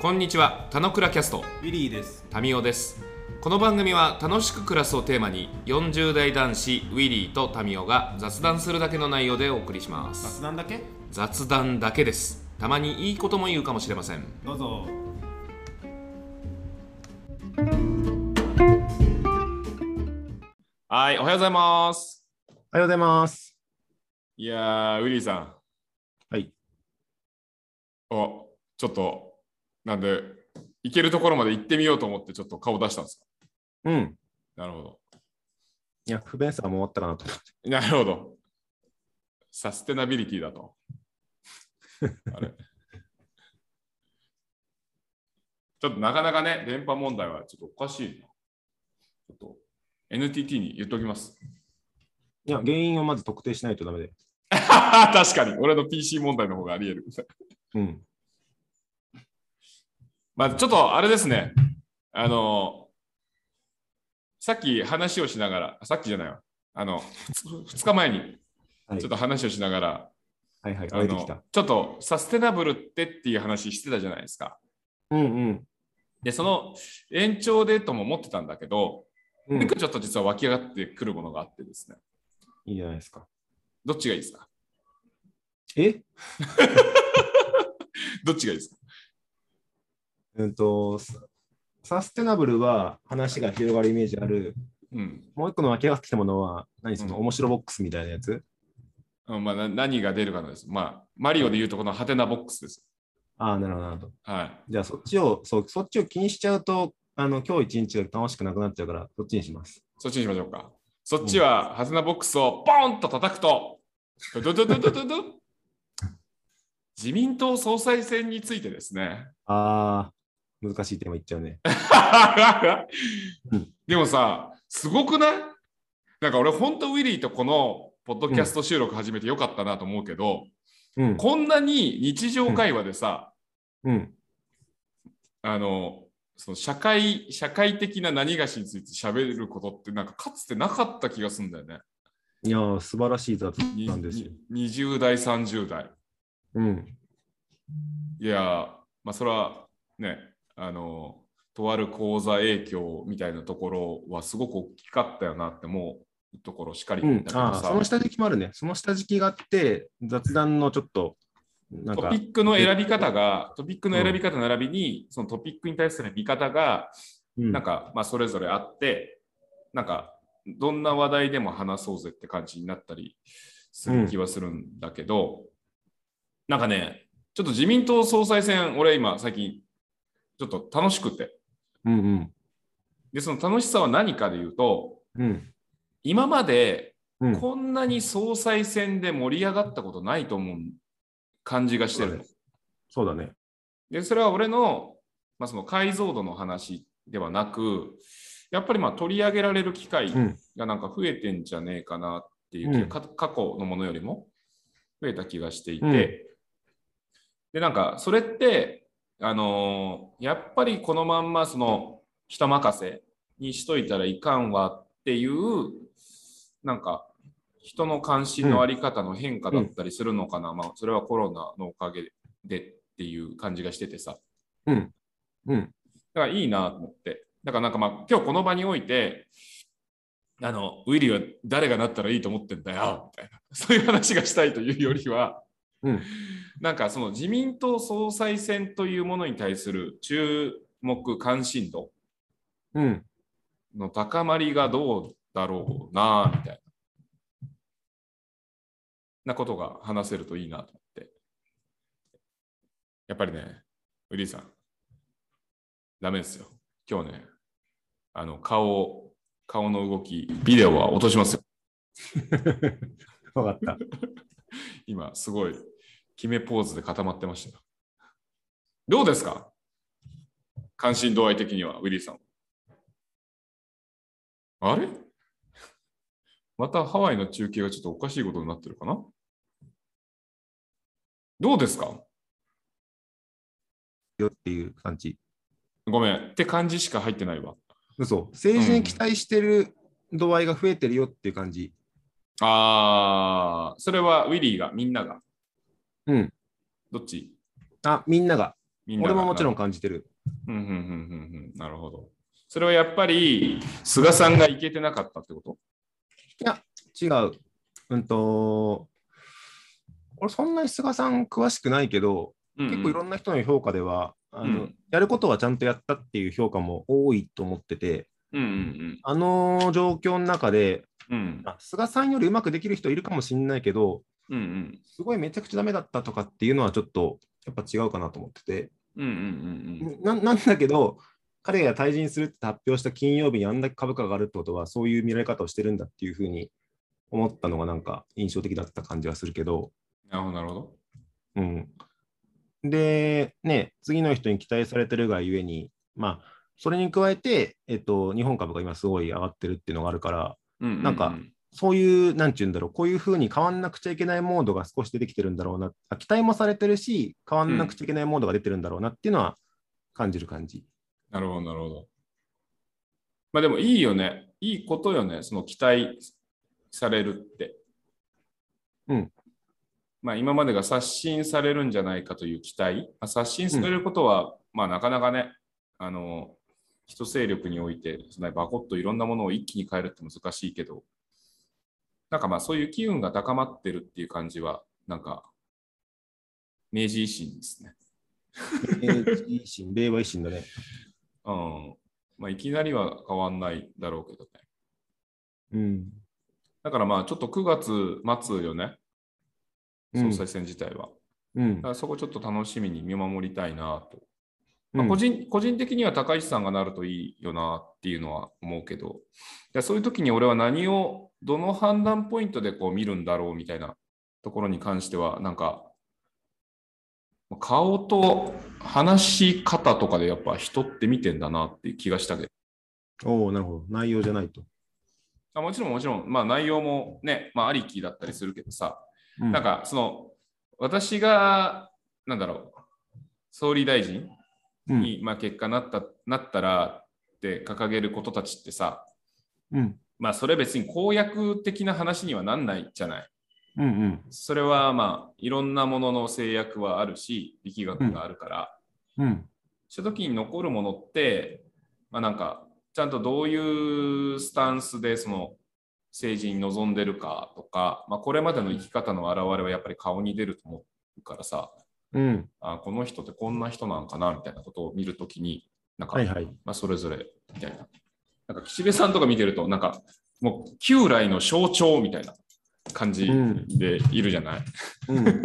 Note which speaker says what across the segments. Speaker 1: こんにちは、たのくらキャスト、
Speaker 2: ウィリーです。
Speaker 1: タミオです。この番組は楽しく暮らすをテーマに、40代男子ウィリーとタミオが雑談するだけの内容でお送りします。
Speaker 2: 雑談だけ
Speaker 1: 雑談だけです。たまにいいことも言うかもしれません。
Speaker 2: どうぞ。
Speaker 1: はい、おはようございます。
Speaker 3: おはようございます。
Speaker 1: いやー、ウィリーさん。
Speaker 3: はい。
Speaker 1: お、ちょっと、なんで、行けるところまで行ってみようと思って、ちょっと顔出したんですか。
Speaker 3: うん。
Speaker 1: なるほど。
Speaker 3: いや、不便さはもう終わったかなと。
Speaker 1: なるほど。サステナビリティ だと。あれちょっとなかなかね、電波問題はちょっとおかしいな。ちょっと NTT に言っておきます。
Speaker 3: いや、原因をまず特定しないとダメで。
Speaker 1: 確かに、俺の PC 問題の方があり得る。
Speaker 3: うん。
Speaker 1: まあ、ちょっとあれですね。あの、さっき話をしながら、さっきじゃないわ。あの、2日前に
Speaker 3: はい
Speaker 1: ちょっと話をしながら、
Speaker 3: はいはい、
Speaker 1: あ
Speaker 3: 出てき
Speaker 1: の
Speaker 3: た。
Speaker 1: ちょっとサステナブルってっていう話してたじゃないですか。
Speaker 3: うんうん
Speaker 1: で、その延長でとも思ってたんだけど、
Speaker 3: うん。
Speaker 1: 一個ちょっと実は湧き上がってくるものがあってですね。
Speaker 3: いいじゃないですか。
Speaker 1: どっちがいいですか
Speaker 3: え
Speaker 1: どっちがいいですか
Speaker 3: うんと、ササステナブルは話が広がるイメージある。
Speaker 1: うん。
Speaker 3: もう一個の湧き上がってきたものは、何その、
Speaker 1: うん
Speaker 3: 面白ボックスみたいなやつ
Speaker 1: うんまあ、な何が出るかのです。まあ、マリオで言うとこのハテナボックスです。
Speaker 3: ああ、なるほどなるほど。
Speaker 1: はい。
Speaker 3: じゃあそっちを、そう、そっちを気にしちゃうと、あの、今日一日が楽しくなくなっちゃうから、そっちにします。
Speaker 1: そっちにしましょうか。そっちはハテナボックスをポンと叩くと、ドドドドドドド自民党総裁選についてですね。
Speaker 3: ああ、難しいテーマいっちゃうね。うん
Speaker 1: でもさ、すごくないなんか俺、本当ウィリーとこのポッドキャスト収録始めてよかったなと思うけど、
Speaker 3: うん。
Speaker 1: こんなに日常会話でさ、
Speaker 3: うん。
Speaker 1: あの、その社会、社会的な何がしについて喋ることってなんかかつてなかった気がするんだよね。
Speaker 3: いやー、素晴らしい雑
Speaker 1: に
Speaker 3: 談ですよ。
Speaker 1: に20代、30代。
Speaker 3: うん。
Speaker 1: いやー、まあそれはね、あの、とある講座影響みたいなところはすごく大きかったよなって思うところしかり
Speaker 3: う
Speaker 1: だ
Speaker 3: ん
Speaker 1: け、ど
Speaker 3: ああ
Speaker 1: さ
Speaker 3: その下敷きもあるね。その下敷きがあって、雑談のちょっと、なん
Speaker 1: ト
Speaker 3: か
Speaker 1: ピ、ックの選び方が、トピックの選び方並びに、そのトピックに対する見方が、
Speaker 3: うん
Speaker 1: なんか、まあ、それぞれあって、なんか、どんな話題でも話そうぜって感じになったりする気はするんだけど、なんかね、ちょっと自民党総裁選、俺今、最近、ちょっと楽しくて、
Speaker 3: うんうん。
Speaker 1: で、その楽しさは何かで言うと、
Speaker 3: うん。
Speaker 1: 今まで
Speaker 3: うん
Speaker 1: こんなに総裁選で盛り上がったことないと思う感じがしてるの。
Speaker 3: そうだね。
Speaker 1: で、それは俺の,、まあその解像度の話ではなく、やっぱりまあ取り上げられる機会
Speaker 3: うん。
Speaker 1: がなんか増えてんじゃねえかなっていう気が、
Speaker 3: うん
Speaker 1: か過去のものよりも増えた気がしていて、
Speaker 3: うん
Speaker 1: で、なんかそれって、あのーやっぱりこのまんまその人任せにしといたらいかんわっていう、なんか人の関心のあり方の変化だったりするのかな、まあそれはコロナのおかげでっていう感じがしててさ、
Speaker 3: うん。
Speaker 1: だからいいなと思って。だからなんかまあ今日この場において、あの、ウィリーは誰がなったらいいと思ってんだよ、みたいな。そういう話がしたいというよりは、
Speaker 3: うん
Speaker 1: なんかその自民党総裁選というものに対する注目関心度
Speaker 3: うん。
Speaker 1: の高まりがどうだろうな、みたいな。なことが話せるといいなと思って。やっぱりね、ウリーさん、ダメですよ。今日ね、あの、顔、顔の動き、ビデオは落としますよ。
Speaker 3: わかった。
Speaker 1: 今、すごい、決めポーズで固まってましたよ。どうですか関心度合い的には、ウィリーさん。あれまたハワイの中継がちょっとおかしいことになってるかなどうですか
Speaker 3: よっていう感じ。
Speaker 1: ごめん。って感じしか入ってないわ。
Speaker 3: 嘘。政治に期待してる度合いが増えてるよっていう感じ。
Speaker 1: あー、それはウィリーが、みんなが。
Speaker 3: うん。
Speaker 1: どっち
Speaker 3: あ、みんなが。
Speaker 1: みみんな
Speaker 3: 俺
Speaker 1: が
Speaker 3: ももちろん感じてる。
Speaker 1: うんうんうんうんうん。なるほど。それはやっぱり、菅さんがいけてなかったってこと
Speaker 3: 違う。うんと、俺そんなに菅さん詳しくないけど、結構いろ
Speaker 1: な。
Speaker 3: んな人の評価では、あの
Speaker 1: うん
Speaker 3: やることはちゃんとやったっていう評価も多いと思ってて、
Speaker 1: うんうん
Speaker 3: あの状況の中で、
Speaker 1: うん。うん
Speaker 3: あ菅さんよりうまくできる人いるかもしれないけど、
Speaker 1: うんうん。
Speaker 3: すごいめちゃくちゃダメだったとかっていうのはちょっとやっぱ違うかなと思ってて、
Speaker 1: うんうん
Speaker 3: ななんだけど、彼が退陣するって発表した金曜日にあんだけ株価が上がるってことは、そういう見られ方をしてるんだっていうふうに思ったのがなんか印象的だった感じはするけど、
Speaker 1: なるほど、なるほど。
Speaker 3: うん、で、ね、次の人に期待されてるがゆえに、まあ、それに加えて、えっと、日本株が今すごい上がってるっていうのがあるから、
Speaker 1: ううう
Speaker 3: なんか、そういう、なんていうんだろう、こういうふうに変わんなくちゃいけないモードが少し出てきてるんだろうな、あ期待もされてるし、変わんなくちゃいけないモードが出てるんだろうなっていうのは感じる感 じ。
Speaker 1: なるほど、なるほど。まあでもいいよね。いいことよね。その期待されるって。
Speaker 3: うん。
Speaker 1: まあ今までが刷新されるんじゃないかという期待。まあ、刷新されることは、まあなかなかね、あの、人勢力において、そのバコッといろんなものを一気に変えるって難しいけど、なんかまあそういう機運が高まってるっていう感じは、なんか、明治維新ですね。
Speaker 3: 明治維新、令和維新だね。
Speaker 1: うん。まあ、いきなりは変わんないだろうけどね。
Speaker 3: うん。
Speaker 1: だからまあ、ちょっと9月末よね、
Speaker 3: うん
Speaker 1: 総裁選自体は。
Speaker 3: うん
Speaker 1: だか。らそこちょっと楽しみに見守りたいなと。
Speaker 3: う
Speaker 1: まあ
Speaker 3: ん
Speaker 1: 個人個人的には高市さんがなるといいよなっていうのは思うけど、いやそういう時に俺は何を、どの判断ポイントでこう見るんだろうみたいなところに関しては、なんか、顔と話し方とかでやっぱ人って見てんだなっていう気がしたけど。
Speaker 3: おおなるほど。内容じゃないと。
Speaker 1: あもちろんもちろん、まあ、内容もね、まあ、ありきだったりするけどさ、
Speaker 3: うん
Speaker 1: なんかその私がなんだろう総理大臣
Speaker 3: うん。
Speaker 1: に、まあ、結果なったなったらって掲げることたちってさ、
Speaker 3: うん。
Speaker 1: まあ、それ別に公約的な話にはなんないじゃない。
Speaker 3: うん。うん。
Speaker 1: それはまあいろんなものの制約はあるし力学があるから、
Speaker 3: うん。
Speaker 1: そういう時に残るものって、まあ、なんかちゃんとどういうスタンスでその政治に臨んでるかとか、まあ、これまでの生き方の表れはやっぱり顔に出ると思うからさ
Speaker 3: うん。
Speaker 1: あこの人ってこんな人なんかなみたいなことを見るときになんか、
Speaker 3: はいはい。
Speaker 1: まあ、それぞれみたいななんか岸辺さんとか見てるとなんかもう旧来の象徴みたいな感じでいるじゃない、
Speaker 3: うん。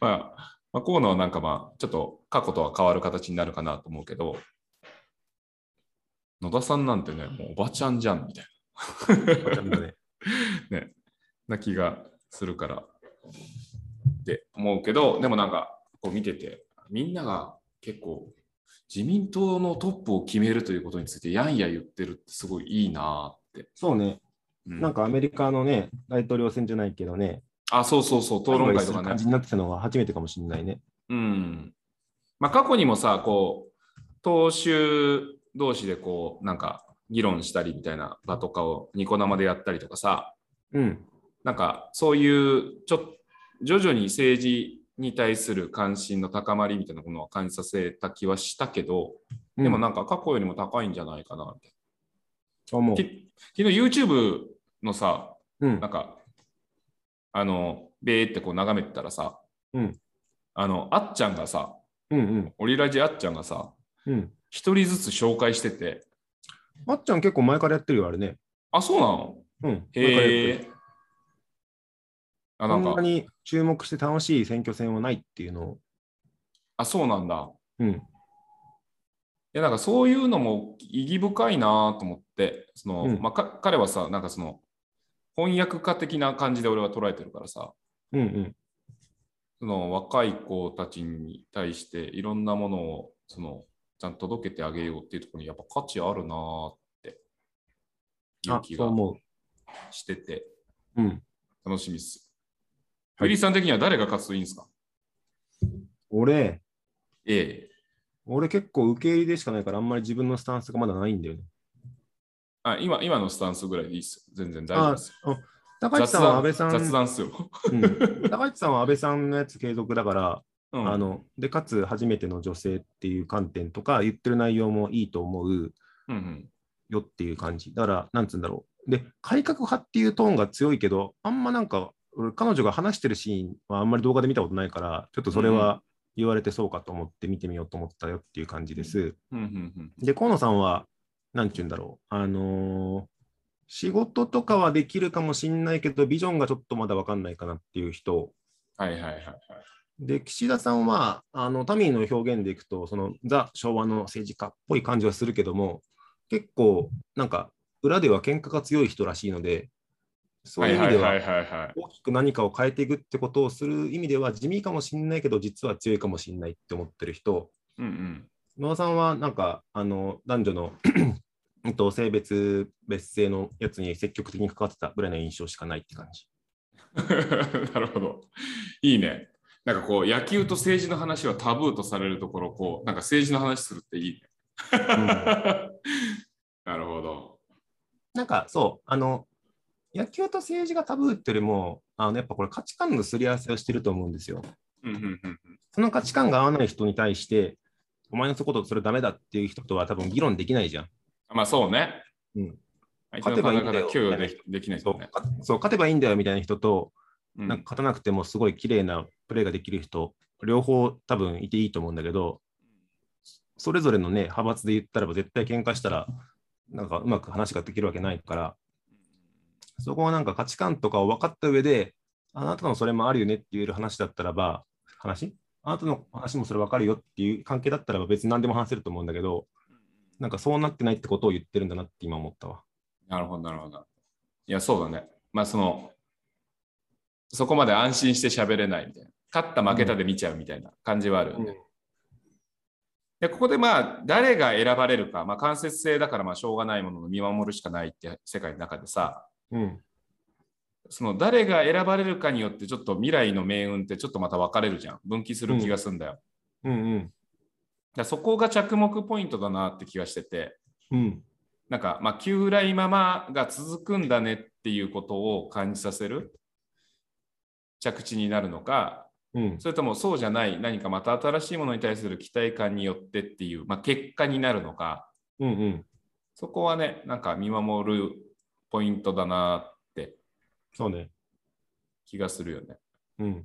Speaker 1: まあ、まあ、河野はなんかまあ、ちょっと過去とは変わる形になるかなと思うけど、野田さんなんてね、もうおばちゃんじゃんみたい
Speaker 3: ちゃんとね。
Speaker 1: な、ね、な気がするからって思うけど、でもなんか、こう見てて、みんなが結構、自民党のトップを決めるということについて、やんや言ってるってすごいいいなーって。
Speaker 3: そうね。
Speaker 1: うん
Speaker 3: なんかアメリカのね、大統領選じゃないけどね、
Speaker 1: あ、そうそうそう、討論会とか
Speaker 3: する
Speaker 1: ね
Speaker 3: 感じ。になってたのは初めてかもしれないね。
Speaker 1: うん。まあ、過去にもさ、こう、党首同士でこう、なんか、議論したりみたいな場とかをニコ生でやったりとかさ、
Speaker 3: うん。
Speaker 1: なんか、そういう、ちょっと、徐々に政治に対する関心の高まりみたいなものは感じさせた気はしたけど、でも
Speaker 3: な、
Speaker 1: なんか過去よりも高いんじゃないかなって。
Speaker 3: 思う。
Speaker 1: き昨日 YouTube のさ、
Speaker 3: うん
Speaker 1: なん。か、あの、べーってこう眺めてたらさ、
Speaker 3: うん
Speaker 1: あの、あっちゃんがさ、
Speaker 3: うん。うん。
Speaker 1: オリラジあっちゃんがさ、
Speaker 3: うん。
Speaker 1: 一人ずつ紹介してて、
Speaker 3: あっちゃん結構前からやってるよ、あれね。
Speaker 1: あ、そうなの
Speaker 3: うん。前からやって
Speaker 1: へ
Speaker 3: る
Speaker 1: え。
Speaker 3: そ
Speaker 1: あ、なん
Speaker 3: ん
Speaker 1: か
Speaker 3: な、に注目して楽しい選挙戦はないっていうのを。
Speaker 1: あ、そうなんだ。
Speaker 3: うん。
Speaker 1: いや、なんかそういうのも意義深いなと思って、その、
Speaker 3: うん
Speaker 1: まあか、彼はさ、なんかその、翻訳家的な感じで俺は捉えてるからさ、
Speaker 3: うんうん。
Speaker 1: その若い子たちに対していろんなものを、その、ちゃんと届けてあげようっていうところにやっぱ価値あるなって、いう
Speaker 3: あ、
Speaker 1: 気
Speaker 3: そう
Speaker 1: が
Speaker 3: 思
Speaker 1: してて、
Speaker 3: う。うん。
Speaker 1: 楽しみっす。
Speaker 3: はい
Speaker 1: フリーさん的には誰が勝つといいんですか
Speaker 3: 俺、
Speaker 1: ええ。
Speaker 3: 俺結構受け入れでしかないから、あんまり自分のスタンスがまだないんだよね。
Speaker 1: あ今今のスタンスぐらいでいいっす。全然大丈夫です。
Speaker 3: 高市さんは安倍さん、
Speaker 1: 雑談っすよ。
Speaker 3: うん、高市さんは安倍さんのやつ継続だから、
Speaker 1: うん
Speaker 3: あのでかつ初めての女性っていう観点とか言ってる内容もいいと思う
Speaker 1: うんうん
Speaker 3: よっていう感じだからなんつうんだろうで改革派っていうトーンが強いけどあんまなんか俺彼女が話してるシーンはあんまり動画で見たことないからちょっとそれは言われてそうかと思って見てみようと思ったよっていう感じです。
Speaker 1: うんうん
Speaker 3: で、河野さんは、なんて言うんだろう、あのー仕事とかはできるかもしんないけど、ビジョンがちょっとまだ分かんないかなっていう人。
Speaker 1: はいはいはいはい。
Speaker 3: で、岸田さんは、あの、タミーの表現でいくと、その、ザ・昭和の政治家っぽい感じはするけども、結構、なんか、裏では喧嘩が強い人らしいので、そういう意味で
Speaker 1: はい
Speaker 3: は、
Speaker 1: はいはいはいはい。
Speaker 3: 大きく何かを変えていくってことをする意味では、地味かもしんないけど、実は強いかもしんないって思ってる人。
Speaker 1: うんうん。
Speaker 3: 野田さんはなんかあの男女の えっと性別別姓のやつに積極的に関わってたぐらいの印象しかないって感 じ。
Speaker 1: なるほど。いいね。なんかこう、野球と政治の話はタブーとされるところ、こう、なんか政治の話するっていいね。
Speaker 3: ん
Speaker 1: なるほど。
Speaker 3: なんかそうあの野球と政治がタブーってよりもあのやっぱこれ価値観のすり合わせをしてると思うんですよ。
Speaker 1: うんうんうん
Speaker 3: その価値観が合わない人に対してお前のそことそれダメだっていう人とは多分議論できないじゃん。
Speaker 1: うん。まあそうね。
Speaker 3: うん
Speaker 1: 相
Speaker 3: 勝て
Speaker 1: 手の考え
Speaker 3: ばいいんだよ
Speaker 1: 方、供与できできない
Speaker 3: そ
Speaker 1: と
Speaker 3: う
Speaker 1: ね。
Speaker 3: かそう勝てばいいんだよみたいな人と、
Speaker 1: うん
Speaker 3: なんか勝たなくてもすごい綺麗なプレーができる人両方多分いていいと思うんだけどそれぞれのね、派閥で言ったらば絶対喧嘩したら、なんかうまく話ができるわけないから、そこはなんか価値観とかを分かった上で、あなたのそれもあるよねって言える話だったらば、話あなたの話もそれ分かるよっていう関係だったらば別に何でも話せると思うんだけど、なんかそうなってないってことを言ってるんだなって今思ったわ。
Speaker 1: なるほど、なるほど。いや、そうだね。まあ、その、そこまで安心して喋れないみたいな。勝った負けたで見ちゃうみたいな感じはあるよね。
Speaker 3: うん
Speaker 1: で、ここでまあ、誰が選ばれるか、まあ、間接性だからまあ、しょうがないものの見守るしかないって世界の中でさ、
Speaker 3: うん。
Speaker 1: その誰が選ばれるかによって、ちょっと未来の命運ってちょっとまた分かれるじゃん。分岐する気がすんだよ。だか
Speaker 3: うん
Speaker 1: らそこが着目ポイントだなって気がしてて。
Speaker 3: うん。うん。
Speaker 1: なんか、まあ、旧来ママが続くんだねっていうことを感じさせる着地になるのか、
Speaker 3: うん。
Speaker 1: それともそうじゃない何かまた新しいものに対する期待感によってっていう、まあ、結果になるのか、
Speaker 3: うんうん。
Speaker 1: そこはね、なんか見守るポイントだなって
Speaker 3: そうね。
Speaker 1: 気がするよね。
Speaker 3: うん。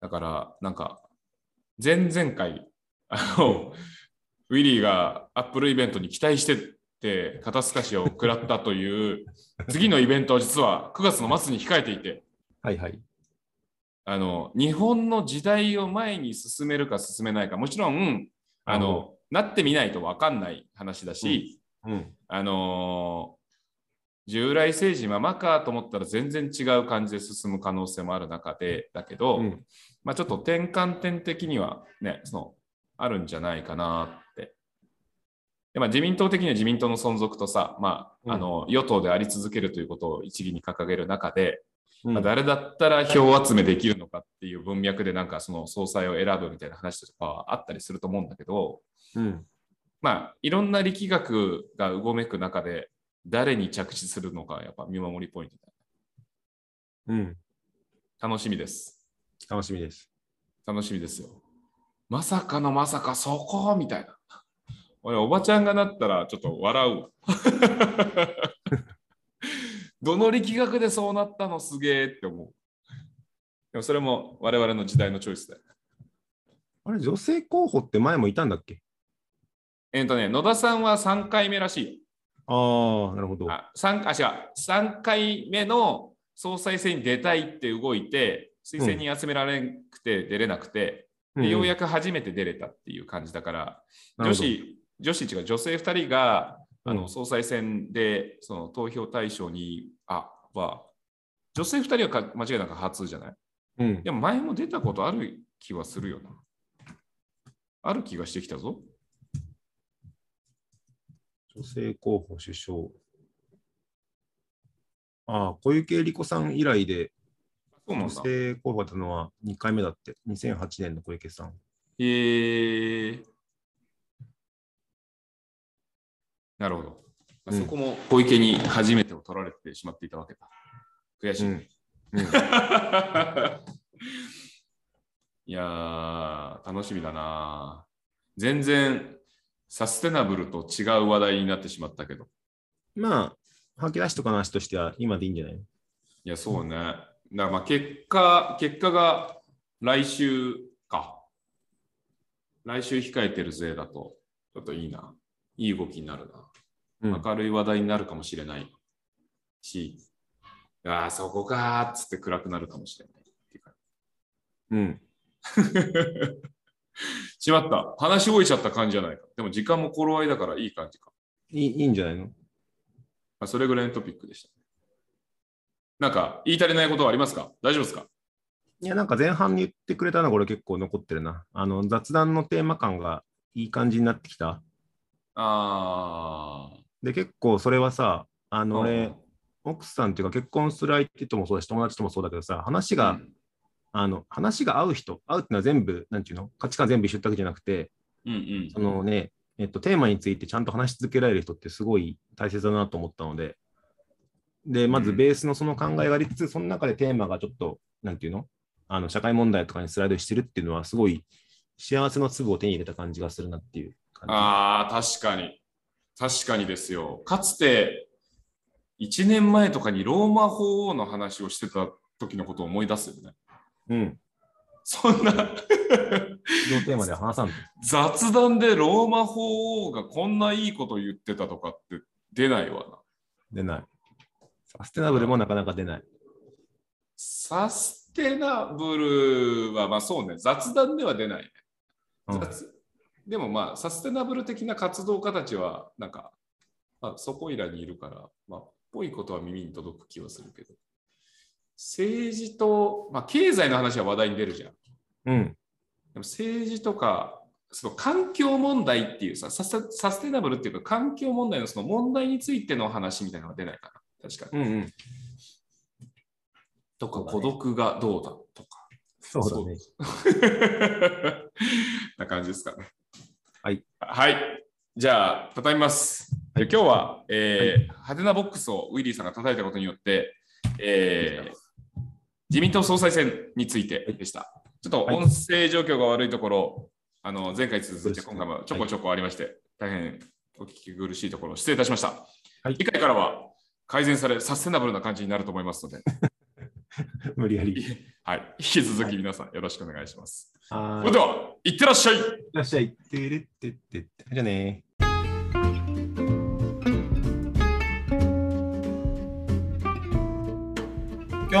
Speaker 1: だから、なんか、前々回、あの、ウィリーがアップルイベントに期待してって、肩透かしを食らったという、次のイベントは実は9月の末に控えていて、
Speaker 3: はいはい。
Speaker 1: あの、日本の時代を前に進めるか進めないか、もちろん、あの、なってみないと分かんない話だし、
Speaker 3: うん。
Speaker 1: あのー従来政治ままかと思ったら全然違う感じで進む可能性もある中で、だけど、
Speaker 3: うん。
Speaker 1: まあ、ちょっと転換点的にはね、そのあるんじゃないかなって。でまあ、自民党的には自民党の存続とさ、ま
Speaker 3: うん
Speaker 1: あ、あの与党であり続けるということを一義に掲げる中で、
Speaker 3: うん
Speaker 1: まあ、誰だったら票集めできるのかっていう文脈でなんかその総裁を選ぶみたいな話とかはあったりすると思うんだけど、
Speaker 3: うん。
Speaker 1: まあ、いろんな力学がうごめく中で誰に着地するのかやっぱ見守りポイントだ
Speaker 3: うん。
Speaker 1: 楽しみです。
Speaker 3: 楽しみです。
Speaker 1: 楽しみですよ。まさかのまさかそこみたいな。俺、おばちゃんがなったらちょっと笑うわ。 どの力学でそうなったのすげえって思う。でもそれも我々の時代のチョイスだよ。
Speaker 3: あれ、女性候補って前もいたんだっけ
Speaker 1: えっ、とね、野田さんは3回目らし
Speaker 3: ああ、なるほど
Speaker 1: い。。あ、三あ違う、3回目の総裁選に出たいって動いて、推薦に集められなくて出れなくて、でようやく初めて出れたっていう感じだから、
Speaker 3: うん
Speaker 1: 女、子、女子違う、女性2人があ
Speaker 3: うん
Speaker 1: の総裁選でその投票対象に、あは、女性2人はか間違いなく初じゃない
Speaker 3: なるほどうん
Speaker 1: でも前も出たことある気はするよな。ある気がしてきたぞ。
Speaker 3: 女性候補首相。ああ、小池百合子さん以来で
Speaker 1: そうなん
Speaker 3: 女
Speaker 1: だ。
Speaker 3: 性候補だったのは2回目だって、2008年の小池さん。
Speaker 1: えー、なるほど。あ
Speaker 3: うん
Speaker 1: そこも小池に初めてを取られてしまっていたわけだ。悔しい。
Speaker 3: うんうん
Speaker 1: いいやー、楽しみだな。全然サステナブルと違う話題になってしまったけど。
Speaker 3: まあ、吐き出しとかの話としては今でいいんじゃない
Speaker 1: いや、そうね。だからまあ結果、結果が来週か。来週控えてるぜだと、ちょっといいな。いい動きになる
Speaker 3: う
Speaker 1: な。明るい話題になるかもしれないし、ああ、そこかーっつって暗くなるかもしれないっていう感
Speaker 3: うん。
Speaker 1: じ。 しまった。話し終えちゃった感じじゃないか。でも時間も頃合いだからいい感じか。
Speaker 3: いいいいんじゃないの
Speaker 1: まあ、それぐらいのトピックでした。なんか言い足りないことはありますか大丈夫ですか
Speaker 3: いや、なんか前半に言ってくれたのこれ結構残ってるな。あの、雑談のテーマ感がいい感じになってきた。
Speaker 1: ああ。
Speaker 3: で、結構それはさ、あの、
Speaker 1: う
Speaker 3: 俺
Speaker 1: ん、
Speaker 3: 奥さんっていうか結婚する相手ともそうだし、友達ともそうだけどさ、話が、
Speaker 1: うん
Speaker 3: あの、話が合う人、合うってのは全部、なんていうの価値観全部一緒ってわけじゃなくて、
Speaker 1: うんうん、
Speaker 3: そのね、えっと、テーマについてちゃんと話し続けられる人ってすごい大切だなと思ったので、で、まずベースのその考えがありつつ、その中でテーマがちょっと、なんていうのあの社会問題とかにスライドしてるっていうのは、すごい幸せの粒を手に入れた感じがするなっていう感
Speaker 1: ああ、確かに。確かにですよ。かつて、1年前とかにローマ法王の話をしてた時のことを思い出すよね。
Speaker 3: じ。うん。
Speaker 1: そんな
Speaker 3: そのテーマで話さんと。
Speaker 1: 雑談でローマ法王がこんないいこと言ってたとかって出ないわな。
Speaker 3: 出ない。サステナブルもなかなか出ない。
Speaker 1: サステナブルは、まあそうね、雑談では出ない。
Speaker 3: うん
Speaker 1: 雑でもまあサステナブル的な活動家たちはなんか、まあ、そこいらにいるから、まあ、ぽいことは耳に届く気はするけど政治と、まあ、経済の話は話題に出るじゃんで
Speaker 3: うん。
Speaker 1: も政治とかその環境問題っていうさサスサステナブルっていうか環境問題のその問題についての話みたいなのが出ないかな確かに、
Speaker 3: うんうん。
Speaker 1: とか
Speaker 3: そうだね
Speaker 1: 孤独がどうだとか
Speaker 3: そうだね。
Speaker 1: な感じですかね
Speaker 3: はい
Speaker 1: はいじゃあ畳みます
Speaker 3: は
Speaker 1: で
Speaker 3: い
Speaker 1: 今日は、えー派手なボックスをウィリーさんが叩いたことによって、えー自民党総裁選についてでした。ちょっと
Speaker 3: はい
Speaker 1: 音声状況が悪いところ、あの前回続いて
Speaker 3: そうですね
Speaker 1: 今回もちょこちょこありまして、大変お聞き苦しいところを失礼いたしました。
Speaker 3: はい
Speaker 1: 次回からは改善され、サステナブルな感じになると思いますので、
Speaker 3: 無理やり。
Speaker 1: はい、引き続き皆さんよろしくお願いします。
Speaker 3: はー
Speaker 1: それ
Speaker 3: い。
Speaker 1: では、いってらっしゃい
Speaker 3: いらっしゃい。てれってってって。じゃあね今